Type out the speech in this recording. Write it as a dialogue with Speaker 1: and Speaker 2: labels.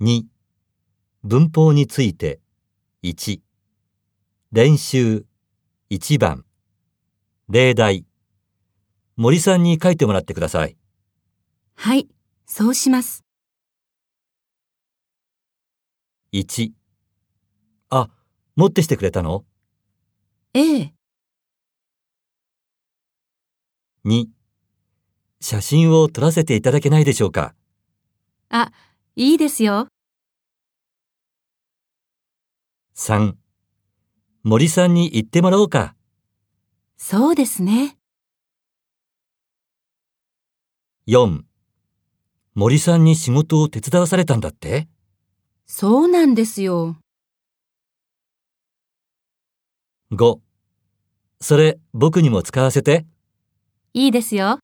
Speaker 1: 2. 文法について。1. 練習。1番。例題。森さんに書いてもらってください。
Speaker 2: はい、そうします。
Speaker 1: 1. あ、持ってしてくれたの
Speaker 2: ええ、
Speaker 1: ?2. 写真を撮らせていただけないでしょうか
Speaker 2: いいですよ。
Speaker 1: ?3. 森さんに言ってもらおうか。
Speaker 2: そうですね。
Speaker 1: 4. 森さんに仕事を手伝わされたんだって
Speaker 2: そうなんですよ。
Speaker 1: ?5. それ僕にも使わせて。
Speaker 2: いいですよ。